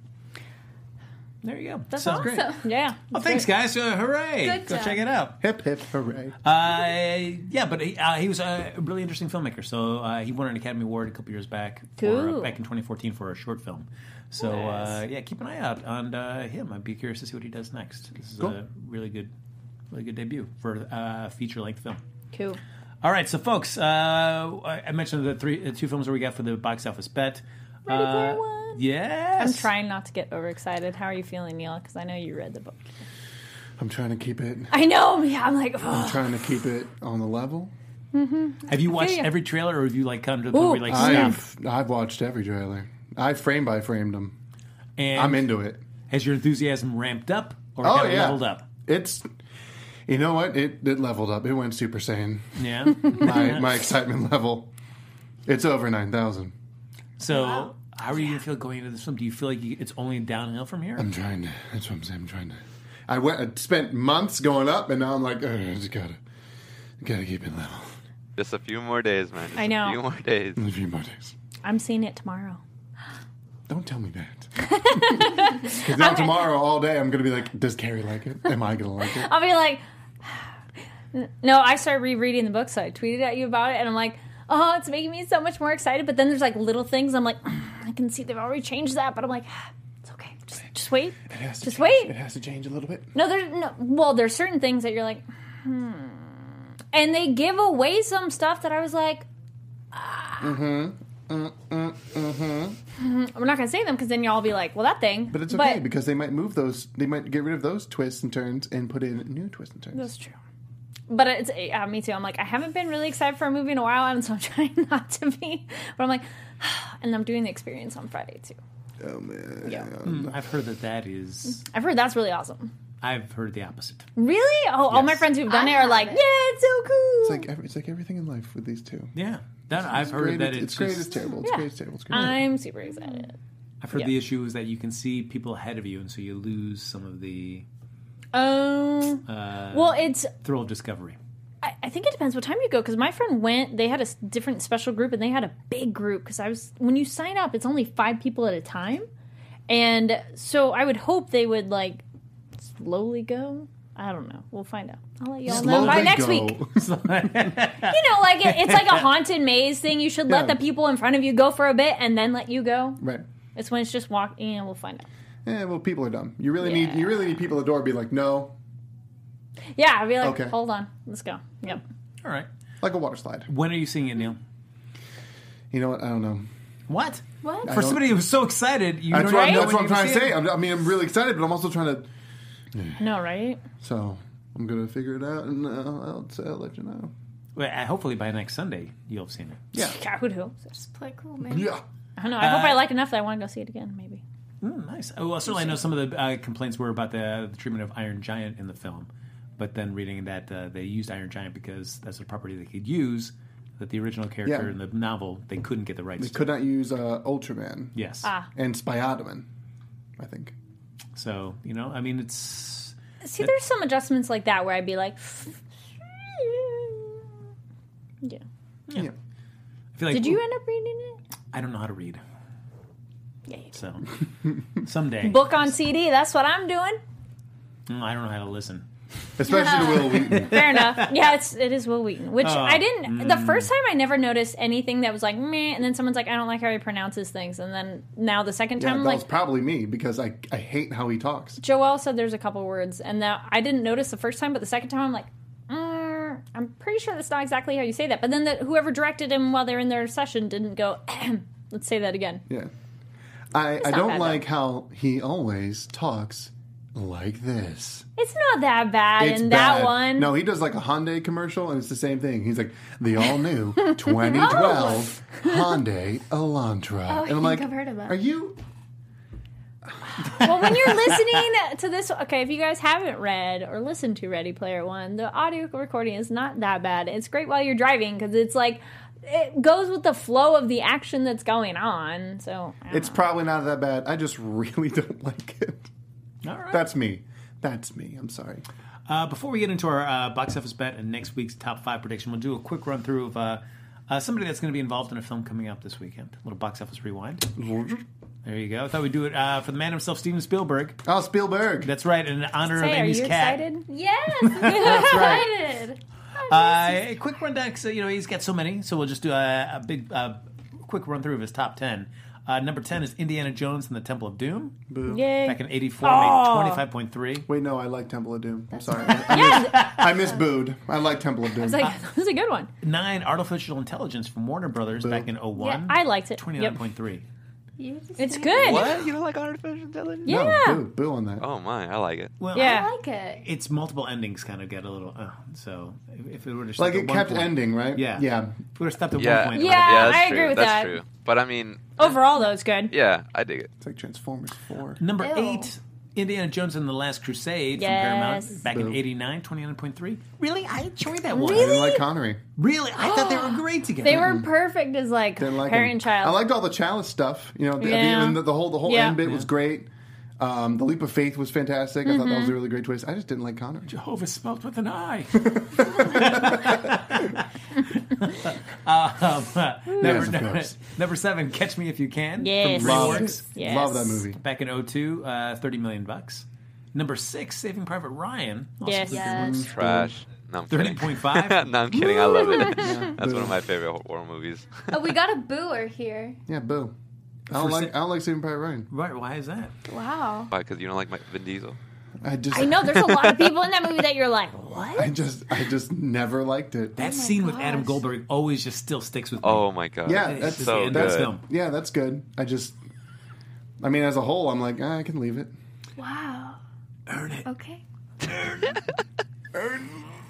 There you go. Sounds great.
awesome.
yeah.
Oh, thanks, guys! Uh, hooray!
Good
go
job.
check it out.
Hip hip hooray.
Uh, yeah, but he, uh, he was a really interesting filmmaker. So uh, he won an Academy Award a couple years back, for, uh,
Cool.
back in 2014 for a short film. So uh, yeah, keep an eye out on uh, him. I'd be curious to see what he does next. This is a really good, really good debut for uh, a feature length film.
Cool.
All right, so folks, uh, I I mentioned the three, the two films that we got for the box office bet.
Ready Player
Uh,
One.
Yes,
I'm trying not to get overexcited. How are you feeling, Neil? Because I know you read the book.
I'm trying to keep it.
I know. Yeah. I'm like,
I'm trying to keep it on the level.
Have you watched
Yeah, yeah.
every trailer, or have you like come to the movie like
I
Sam?
have. I've watched every trailer. I frame by framed them.
And
I'm into it.
Has your enthusiasm ramped up or
Oh,
kind of
yeah.
leveled up?
It's. You know what? It it leveled up. It went Super Saiyan.
Yeah.
My my excitement level. It's over nine thousand.
so, how are you gonna feel going into this film? Do you feel like you, it's only downhill from here?
I'm trying to. That's what I'm saying. I'm trying to. I went. I spent months going up, and now I'm like, "Ugh, I just gotta, gotta keep it level.
Just a few more days, man. Just
I know.
A few more days.
A few more days.
I'm seeing it tomorrow.
Don't tell me that. Because now tomorrow, all day, I'm gonna be like, Does Carrie like it? Am I gonna like it?
I'll be like, no, I started rereading the book, so I tweeted at you about it, and I'm like, oh, it's making me so much more excited. But then there's like little things. I'm like, I can see they've already changed that, but I'm like, it's okay. Just, just wait.
It has to
Just
change.
wait.
It has to change a little bit.
No, there's no. Well, there's certain things that you're like, hmm. And they give away some stuff that I was like, ah. Mm-hmm. Mm-hmm. We're not gonna say them because then y'all be like, well, that thing.
But it's okay because they might move those. They might get rid of those twists and turns and put in new twists and turns.
That's true. But it's uh, me too. I'm like I haven't been really excited for a movie in a while, and so I'm trying not to be. But I'm like, and I'm doing the experience on Friday too.
Oh man.
Yeah.
Mm-hmm.
Mm, I've heard that that is.
I've heard that's really awesome.
I've heard the opposite.
Really? Oh, all my
Yes.
friends who've done
I
it are like,
haven't.
yeah, it's so cool.
It's like every, it's like everything in life with these two.
Yeah, that I've heard
Great,
that it's,
it's, it's great.
just-
It's terrible. It's
Yeah.
great. It's terrible. It's great.
I'm super excited.
I've heard
Yeah.
the issue is that you can see people ahead of you, and so you lose some of the uh,
Um,
Uh,
well, it's
thrill of discovery.
I, I think it depends what time you go because my friend went. They had a s- different special group and they had a big group because I was when you sign up, it's only five people at a time, and so I would hope they would like slowly go. I don't know. We'll find out. I'll let y'all know by
Slowly
next
go.
week. You know, like it, it's like a haunted maze thing. You should let
Yeah.
the people in front of you go for a bit and then let you go.
Right.
It's when it's just walk. Yeah, we'll find out.
Eh, well, people are dumb. You really need
Yeah.
you really need people at the door to be like, no,
Yeah, I'd be like,
Okay.
hold on, let's go. Yep.
All right.
like a water slide.
When are you seeing it, Neil?
You know what? I don't know.
What?
What?
For
don't-
somebody who was so excited, you
That's
don't
what,
even
I'm,
know
that's
when
what I'm
you
trying to
see
say.
it.
I'm, I mean, I'm really excited, but I'm also trying to.
No, right?
So I'm gonna figure it out, and uh, I'll, I'll let you know.
Well, uh, hopefully by next Sunday, you'll have seen it.
Yeah.
I would hope.
Just play cool, man.
Yeah.
I don't know. I hope I like enough that I want to go see it again. Maybe.
Mm, nice. Oh, well, certainly I know some of the uh, complaints were about the, the treatment of Iron Giant in the film, but then reading that uh, they used Iron Giant because that's a property they could use that the original character
Yeah.
in the novel they couldn't get the rights
They
to.
could not use uh, Ultraman
Yes.
Ah.
and Spiodoman, I think.
So you know, I mean, it's
See, there's some adjustments like that where I'd be like, yeah.
Yeah.
I feel like
Did you end up reading it?
I don't know how to read,
Yeah. you did.
so someday
Book on CD. That's what I'm doing.
Mm, I don't know how to listen.
Especially to Will Wheaton.
Fair enough. Yeah, it's it is Will Wheaton, which
Oh,
I didn't. The first time I never noticed anything that was like meh, and then someone's like, I don't like how he pronounces things, and then now the second
Yeah,
time,
that
I'm
was
like,
probably me because I I hate how he talks.
Joel said there's a couple words, and that I didn't notice the first time, but the second time I'm like, mm, I'm pretty sure that's not exactly how you say that. But then the, whoever directed him while they're in their session didn't go, let's say that again.
Yeah. I, I
not
don't
bad,
like how he always talks like this.
It's not that bad
It's
in
bad.
that one.
No, he does like a Hyundai commercial, and it's the same thing. He's like the all new 2012 Hyundai Elantra,
Oh, I
and I'm
think
like,
I've heard of that.
Are you?
Well, when you're listening to this, okay, if you guys haven't read or listened to Ready Player One, the audio recording is not that bad. It's great while you're driving because it's like it goes with the flow of the action that's going on. So I don't
It's
know.
probably not that bad. I just really don't like it.
All right.
That's me. That's me. I'm sorry.
Uh, before we get into our uh, box office bet and next week's top five prediction, we'll do a quick run through of uh, uh, somebody that's going to be involved in a film coming up this weekend. A little box office rewind. There you go. I thought we'd do it uh, for the man himself, Steven Spielberg.
Oh, Spielberg.
That's right, in honor of
Say, are
Amy's
you
cat.
excited?
Yes, that's excited.
Uh, a quick rundown. 'cause, you know he's got so many, so we'll just do a, a big, uh, quick run through of his top ten. Uh, number ten is Indiana Jones and the Temple of Doom.
Yay.
Back in '84,
Oh.
made twenty-five point three.
Wait, no, I like Temple of Doom. I'm sorry. I,
yeah,
I miss Booed. I like Temple of Doom.
it's like this is a good one.
Nine, Artificial Intelligence from Warner Brothers back in 01.
Yeah, I liked it.
Twenty-nine
Yep.
point three.
You just
It's
made
good.
What? You don't like artificial intelligence?
no,
Yeah.
boo, boo on that.
Oh my, I like it.
Well,
me- I
Yeah.
like it.
it's multiple endings kind of get a little uh, so if it were just
Like
at
it
one
kept
point-
ending, right?
yeah
Yeah.
if we were stopped at
Yeah,
one point
Yeah,
that's
I
true.
agree with
that's
that.
true. But I mean,
Overall, though, it's good.
yeah, I dig it.
It's like Transformers 4.
number
Ew.
eight Indiana Jones and the Last Crusade
Yes.
from Paramount back in
Boo.
89 29.3 really I enjoyed that one
I didn't like Connery.
Really? I thought they were great together
They were perfect as like
Didn't like
parent
him.
and child.
I liked all the Chalice stuff. You know, the, the,
Yeah.
end, the whole the whole
Yeah.
end bit was great. Um, the leap of faith was fantastic. I thought
Mm-hmm.
that was a really great twist. I just didn't like Connery.
Jehovah spelt with an I um, uh, number,
of
number,
course.
number seven Catch Me If You Can from
Yes.
Love
DreamWorks.
it.
Yes.
Love that movie.
back in 02 uh, 30 million bucks number six saving private ryan also
Yes.
through
Yes.
Trash. No, I'm kidding.
30.5?
no, I'm kidding. I love it. That's one of my favorite horror movies.
Oh, we got a booer here.
Yeah, boo. I don't
For
like
se-
I don't like Saving Private Ryan.
right why is that
Oh
Wow.
Why? Because you don't like my Vin Diesel?
I just
I know there's a lot of people in that movie that you're like,
I
what?
just I just never liked it.
that scene with adam
gosh.
goldberg always just still sticks with me
Oh my god.
Yeah,
It's
that's
just
so
the end of the
good.
film.
yeah, that's good. I just I mean as a whole I'm like, ah, I can leave it.
Wow.
Earn it.
Okay.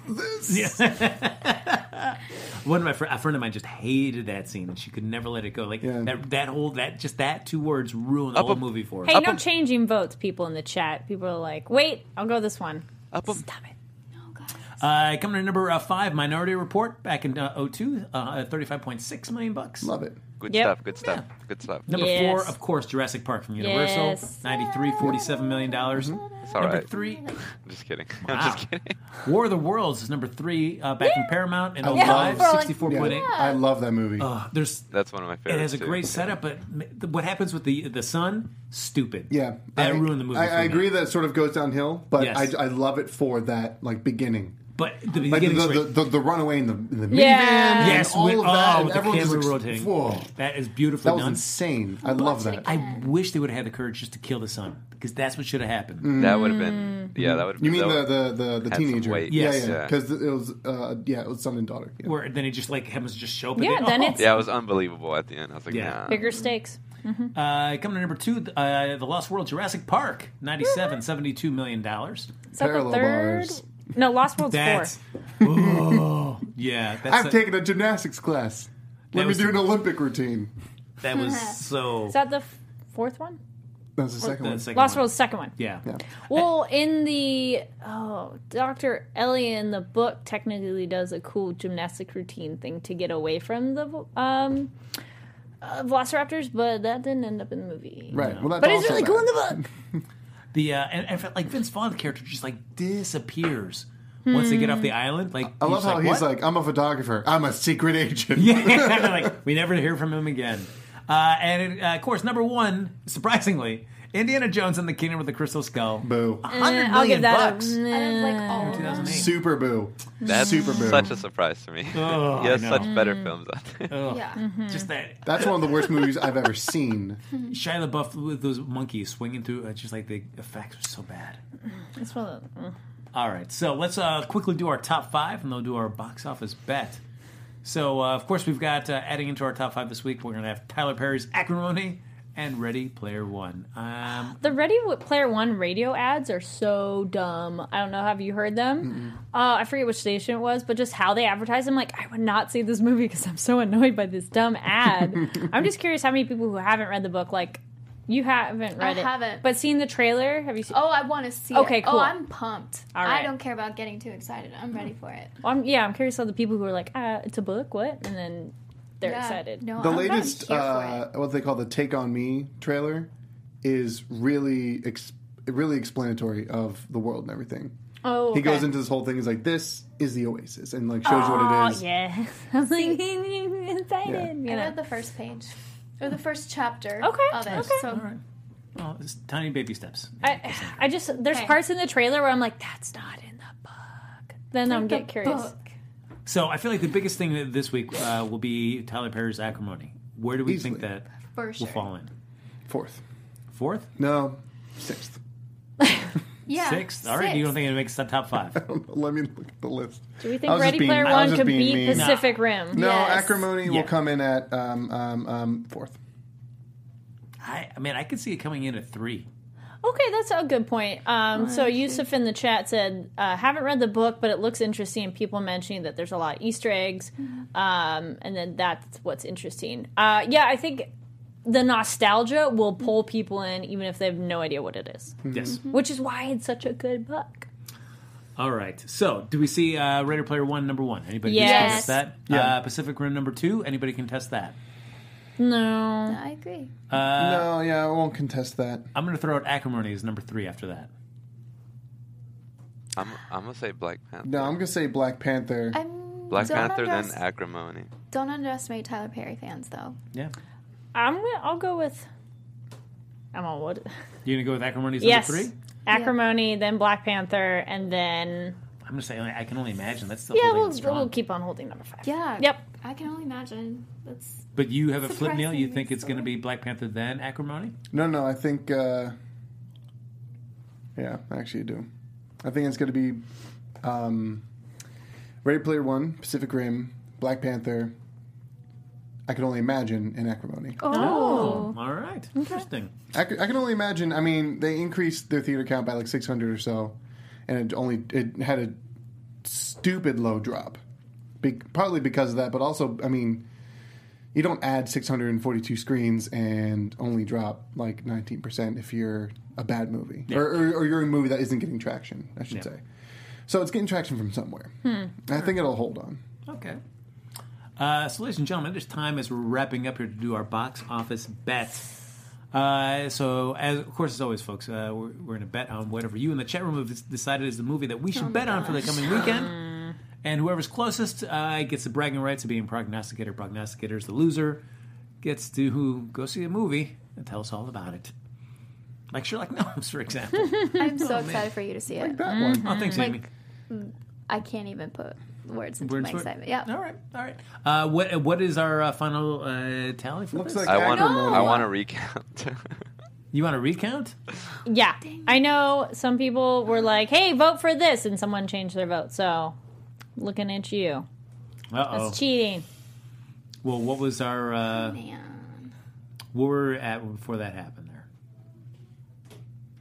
this.
One of my fr- a friend of mine just hated that scene, and she could never let it go. Like
Yeah.
that, that whole that just that two words ruined the
Up
whole
a-
movie for her.
Hey, no
a-
changing votes, people in the chat. People are like, wait, I'll go this one.
Up a-
Stop it.
Uh, coming to number uh, five, Minority Report back in uh, 02, uh, 35.6 million bucks.
Love it.
Good
Yep.
stuff. Good stuff. Good stuff.
Number
Yes.
four, of course, Jurassic Park from Universal,
Yes.
93, 47 million dollars.
Mm-hmm.
It's all
Number
right.
three,
I'm just kidding.
Wow.
I'm just kidding.
War of the Worlds is number three uh, back in Paramount and
I
on
love-
Live,
Yeah.
64.8.
Yeah, I love that movie.
Uh, there's
That's one of my favorites.
it has a
too.
great setup, but m- the- what happens with the the sun? Stupid.
yeah,
that ruined the movie.
I,
for
I
me.
agree that it sort of goes downhill, but
Yes.
I, I love it for that like beginning,
But the
like the
beginning.
the, the, the runaway in the in the minivan,
Yeah.
and
yes,
all
with,
of that,
oh,
and
with the
everyone
camera
just,
rotating.
Whoa,
That is beautifully
that was
done.
insane. I love
Watch it
that.
again.
I wish they would have had the courage just to kill the sun because that's what should have happened.
Mm.
That would have been.
Mm.
Yeah, that would.
You mean the
that
the the, the
had some
teenager?
weight.
Yeah,
Yes.
yeah,
Yeah.
because it was uh, yeah, it was son and daughter. Yeah.
Where then it just like happens to just show up. Oh, at
Yeah,
the-
then it's-
Yeah, it was unbelievable at the end. I was like,
Yeah.
nah.
Bigger stakes.
Uh, coming to number two, uh, The Lost World, Jurassic Park,
Mm-hmm.
97, 72 million dollars.
Is that the
Parallel
third?
bars.
No, Lost World's
That's
four.
oh yeah. That's
I've taken a gymnastics class. Let me
was-
do an Olympic routine.
that was so.
Is that the f- fourth one?
That was the second
the
one.
second
Lost
one.
World's second one.
Yeah.
Yeah.
Well, in the oh, Doctor Elliot in the book technically does a cool gymnastic routine thing to get away from the um, uh, Velociraptors, but that didn't end up in the movie.
Right. Well, that's
But it's
also
really
bad.
cool in the book.
The uh, and, and like Vince Vaughn's character just like disappears once they get
Hmm.
off the island. Like
I love
he's
how
like,
he's
"What?"
like, I'm a photographer. I'm a secret agent.
yeah, like we never hear from him again. Uh, and uh, of course, number one, surprisingly, Indiana Jones and the Kingdom of the Crystal Skull.
Boo.
Hundred
Mm, I'll
million
give that
bucks.
a.
Out of like all of them.
2008.
Super boo.
That's
Super boo.
such a surprise to me.
Oh,
he has
I know. Oh.
such better
Mm.
films out there.
Yeah.
Mm-hmm.
Just that
That's one of the worst movies I've ever seen.
Shia LaBeouf with those monkeys swinging through. Uh, just like the effects were so bad.
It's one of the-
All right, so let's uh, quickly do our top five, and they'll do our box office bet. So, uh, of course, we've got uh, adding into our top five this week. We're going to have Tyler Perry's Acrimony and Ready Player One. Um,
The Ready Player One radio ads are so dumb. I don't know. Have you heard them? Uh, I forget which station it was, but just how they advertise. I'm like, I would not see this movie because I'm so annoyed by this dumb ad. I'm just curious how many people who haven't read the book, like you haven't read it,
haven't.
but seen the trailer. Have you seen?
Oh, I want to see
Okay,
it.
cool.
Oh, I'm pumped.
All right.
I don't care about getting too excited. I'm ready for it.
Well, I'm, yeah, I'm curious how the people who are like, uh, it's a book, what? And then they're
Yeah.
excited.
No,
The
I'm,
latest,
I'm here
uh, what they call the "Take on Me" trailer, is really, ex- really explanatory of the world and everything.
Oh,
He goes
okay.
into this whole thing. He's like, "This is the Oasis," and like shows you
Oh
what it is.
yeah, I was like excited.
Yeah.
you
for it. I
know.
read the first page or the first chapter
Okay,
of it.
okay.
So
all right. Well, it's tiny baby steps.
I, I just there's
Okay.
parts in the trailer where I'm like, that's not in the book. Then I'm
the
get curious.
book.
So, I feel like the biggest thing that this week uh, will be Tyler Perry's Acrimony. Where do we think
Easily.
that
for
will
sure.
fall in?
Fourth,
Fourth?
no, sixth.
Yeah.
Sixth? All right, you don't think it makes the top five?
Let me look at the list.
Do we
I
think
was just
Ready
being-
Player
I was
One
just
could beat
being mean.
Pacific Rim?
No,
Yes.
acrimony
Yeah.
will come in at um, um, um, fourth.
I, I mean, I could see it coming in at three.
Okay, that's a good point. Um, so Yusuf in the chat said, uh, haven't read the book, but it looks interesting. People mentioning that there's a lot of Easter eggs, um, and then that's what's interesting. Uh, yeah, I think the nostalgia will pull people in, even if they have no idea what it is,
Hmm.
Yes.
which is why it's such a good book.
All right. So, do we see uh, Raider Player One number one? Anybody contest
Yes.
that?
Yeah.
Uh, Pacific Rim number two. Anybody contest that?
No,
I agree.
Uh,
no, yeah, I won't contest that.
I'm going to throw out Acrimony as number three after that.
I'm, I'm gonna say Black Panther.
No, I'm gonna say Black Panther.
I'm
Black
don't
Panther, then
underest-
Acrimony.
don't underestimate Tyler Perry fans though.
Yeah.
I'm gonna. I'll go with. I'm on what?
You're going to go with Acrimony as
Yes.
number three?
Acrimony, then Black Panther, and then
I'm going to say, I can only imagine. That's still
yeah,
holding
we'll,
it strong.
we'll keep on holding number five.
Yeah.
Yep.
I can only imagine. That's
but you have a flip, Neil. You
Surprisingly
think it's
so.
going to be Black Panther then Acrimony?
No, no, I think. Uh, yeah, I actually do. I think it's going to be um, Ready Player One, Pacific Rim, Black Panther. I can only imagine in Acrimony.
Oh. All right. Interesting.
I, c- I can only imagine. I mean, they increased their theater count by like 600 or so, and it only it had a stupid low drop. Be- partly because of that, but also, I mean, you don't add 642 screens and only drop like 19% if you're a bad movie or, or, or you're a movie that isn't getting traction, I should
Yeah.
say. So it's getting traction from somewhere. And I think it'll hold on.
Okay. Uh, so, ladies and gentlemen, this time as we're wrapping up here to do our box office bet. Uh, so, as of course, as always, folks, uh, we're, we're going to bet on whatever you in the chat room have decided is the movie that we should bet on for the coming weekend. And whoever's closest uh, gets the bragging rights of being prognosticator. Prognosticator is the loser. Gets to go see a movie and tell us all about it. Like Sherlock Gnomes, for example.
I'm so excited for you to see it.
That one.
oh, thanks,
Like,
Amy.
I can't even put words into
Words
my
for it?
excitement. Yeah.
All right, all right. Uh, what what is our uh, final uh, tally for
Looks
this?
like
I want.
actor
I
mode.
want to recount.
you want to recount?
Yeah, I know some people were like, "Hey, vote for this," and someone changed their vote. So, looking at you,
Uh
it's
oh.
cheating.
Well, what was our uh,
Man.
what were we at before that happened there?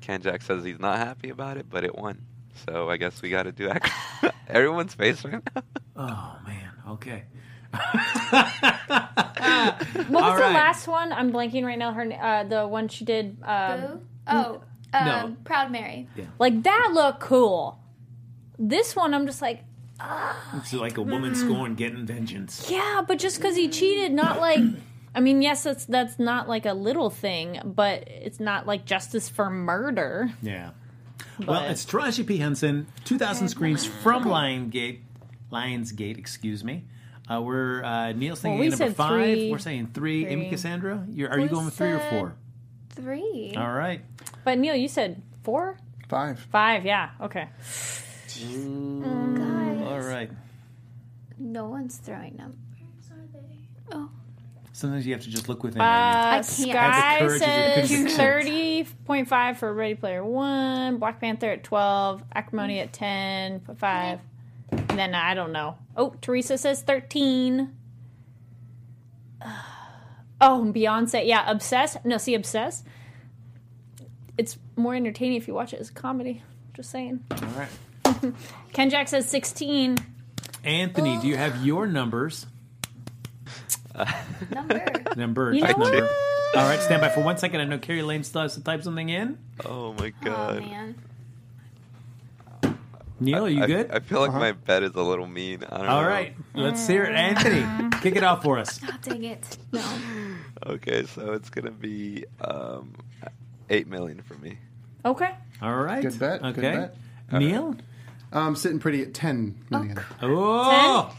Ken Jack says he's not happy about it, but it won. So I guess we got to do act. Everyone's face right now.
Oh man. Okay.
What was
All
the
right.
last one? I'm blanking right now. Her n- uh, the one she did, um,
Who? Oh, um,
No.
Proud Mary.
like that looked cool. This one, I'm just like,
It's like a woman
Mm-hmm.
scorned getting vengeance.
yeah, but just because he cheated, not like. I mean, yes, that's that's not like a little thing, but it's not like justice for murder.
Yeah. Well, it's Taraji P Henson, 2,000 screens from Lionsgate. Lionsgate, excuse me. Uh, we're uh, Neil's thinking
we
number
said
five.
three.
We're saying three. Amy
Three.
Cassandra, you're, are you
We
going with three or
said-
four?
Three.
All right.
But Neil, you said four,
Five.
five, yeah, okay.
Guys,
All right.
No one's throwing numbers, are they? Oh.
Sometimes you have to just look within.
Uh,
can't.
Have the
Sky
courage of your
says thirty point five for Ready Player One, Black Panther at twelve, Acrimony at ten point five, and then I don't know. Oh, Teresa says thirteen. Oh, and Beyonce, yeah, obsessed. No, see, obsessed. It's more entertaining if you watch it as a comedy. Just saying.
All right.
Ken Jack says sixteen.
Anthony, do you have your numbers?
Number.
Number.
You know
type number.
what?
All right, stand by for one second. I know Carrie Lane still has to type something in.
Oh my
oh,
god.
man.
Neil, are you
I,
good? Uh-huh.
I feel like my bet is a little mean. I don't
All
know.
right, let's hear it. Anthony, kick it off for us.
Oh, dang it. No.
Okay, so it's gonna be um, eight million for me.
Okay.
All right.
Good bet,
Okay.
good bet.
Neil?
I'm sitting pretty at 10 million.
Oh!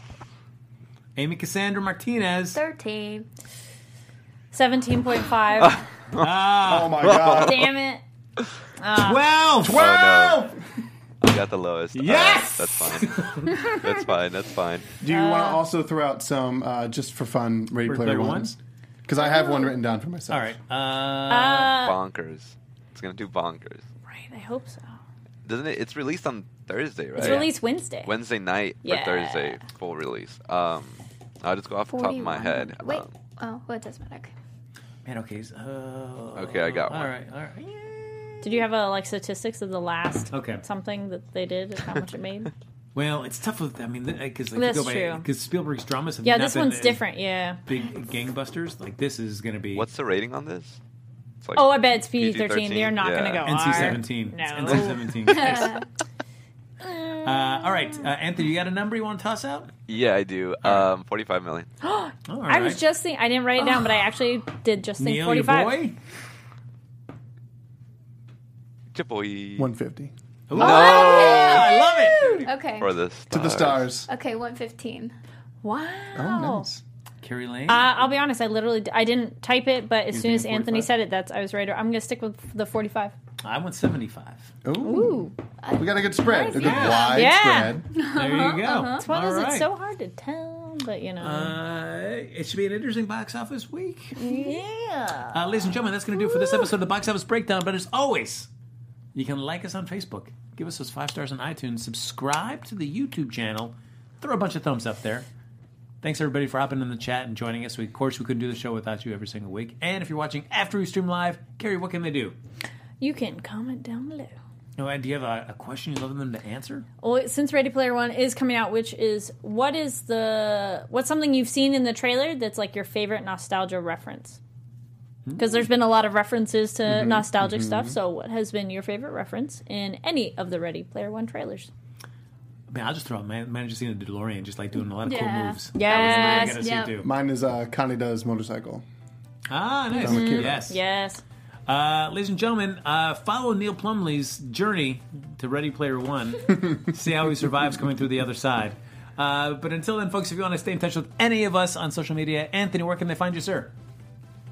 Amy Cassandra Martinez.
13.
Seventeen point five.
Ah,
Oh my god.
Damn it.
12!
Oh no, I got the lowest. All right,
Yes!
that's fine. that's fine. That's fine.
Do you want to also throw out some uh, just for fun Ready
Ready
Player,
Player One?
ones? Because I have one written down for myself.
All right. Uh,
bonkers. It's gonna do bonkers.
Right, I hope so.
Doesn't it? It's released on Thursday, right?
It's released Wednesday.
Wednesday night
Yeah.
or Thursday full release. Um, I'll just go off the top of my
41.
head.
Wait.
Um,
Oh, well, it doesn't matter. Okay.
man, okay. so- Uh,
Okay, I got one.
All right, all right. Yeah.
Did you have a like statistics of the last
Okay.
something that they did and how much it made?
Well, it's tough with, I mean, because they could
That's
go by,
true.
because Spielberg's dramas have
Yeah,
not
this
been
one's
as
different. Yeah.
Big gangbusters. Like, this is going to be.
what's the rating on this? It's like,
Oh, I bet it's PG
PG-13.
thirteen. They're not going to
Yeah.
go
NC
R.
seventeen.
No.
NC seventeen. Yes. uh, all right, uh, Anthony, you got a number you want to toss out?
yeah, I do. Um, forty-five million.
All right.
I was just think I didn't write it down, but I actually did just think
Neil,
forty
your
five.
boy.
Triple E
150.
Oh, I love it.
Okay.
for the
To the stars.
Okay, 115.
Wow.
Oh, nice.
Carrie Lane.
Uh, I'll be honest. I literally d- I didn't type it, but as soon as
thinking
Anthony
45?
said it, that's I was right. I'm going to stick with the 45.
I went seventy-five.
Ooh. We got a good spread. A good
Yeah.
wide
Yeah.
spread.
There
Uh-huh,
you go.
That's why
All
was
right.
it so hard to tell? But you know,
Uh, it should be an interesting box office week.
yeah.
Uh, ladies and gentlemen, that's going to do it for this episode of the Box Office Breakdown. But as always, you can like us on Facebook, give us those five stars on iTunes, subscribe to the YouTube channel, throw a bunch of thumbs up there. Thanks everybody for hopping in the chat and joining us. We, of course, we couldn't do the show without you every single week. And if you're watching after we stream live, Carrie, what can they do?
You can comment down below.
No, and do you have a, a question you'd love them to answer?
Well, since Ready Player One is coming out, which is what is the what's something you've seen in the trailer that's like your favorite nostalgia reference? Because there's been a lot of references to nostalgic stuff. So, what has been your favorite reference in any of the Ready Player One trailers?
I mean, I'll just throw out man, man just seeing a DeLorean, just like doing a lot of cool
Yeah.
moves. I
Yes,
gotta see
Yep.
too.
Mine is uh, Kaneda's motorcycle.
Ah, nice.
Akira.
Yes.
yes.
Uh, ladies and gentlemen, uh, follow Neil Plumley's journey to Ready Player One. See how he survives coming through the other side. Uh, but until then, folks, if you want to stay in touch with any of us on social media, Anthony, where can they find you, sir?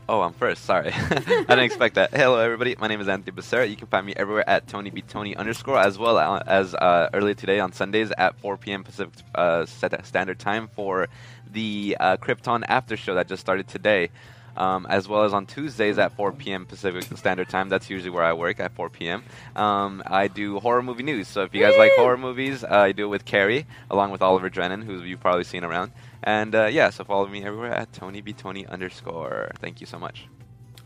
Oh, I'm first. Sorry, I didn't expect that. Hello, everybody. My name is Anthony Becerra. You can find me everywhere at Tony B Tony underscore, as well as uh, earlier today on Sundays at 4 p.m. Pacific uh, Sta- Standard Time for the uh, Krypton After Show that just started today, um, as well as on Tuesdays at 4 p.m. Pacific Standard Time. That's usually where I work at 4 p.m. Um, I do horror movie news. So if you guys like horror movies, uh, I do it with Carrie, along with Oliver Drennan, who you've probably seen around. And uh, yeah, so follow me everywhere at Tony B Tony underscore. Thank you so much.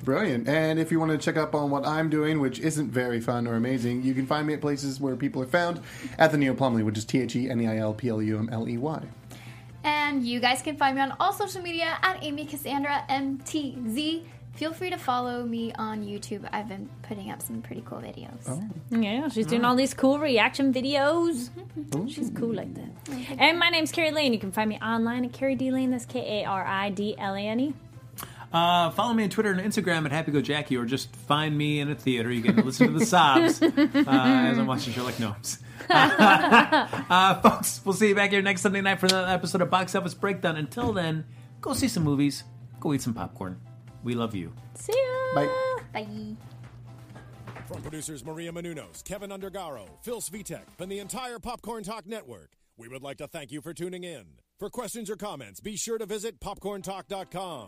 Brilliant. And if you want to check up on what I'm doing, which isn't very fun or amazing, you can find me at places where people are found at the Neil Plumley, which is T H E N E I L P L U M L E Y.
And you guys can find me on all social media at Amy Cassandra MTZ. Feel free to follow me on YouTube. I've been putting up some pretty cool videos.
Yeah, she's doing all these cool reaction videos. She's cool like that. And my name's Carrie Lane. You can find me online at Carrie D Lane. That's K A R I D L A N E.
Uh, follow me on Twitter and Instagram at Happy Go Jackie, or just find me in a theater. You can listen to the sobs uh, as I'm watching Sherlock Gnomes. uh, folks, we'll see you back here next Sunday night for another episode of Box Office Breakdown. Until then, go see some movies, go eat some popcorn. We love you.
See ya.
Bye.
Bye.
From producers Maria Menunos, Kevin Undergaro, Phil Svitek, and the entire Popcorn Talk Network, we would like to thank you for tuning in. For questions or comments, be sure to visit popcorntalk.com.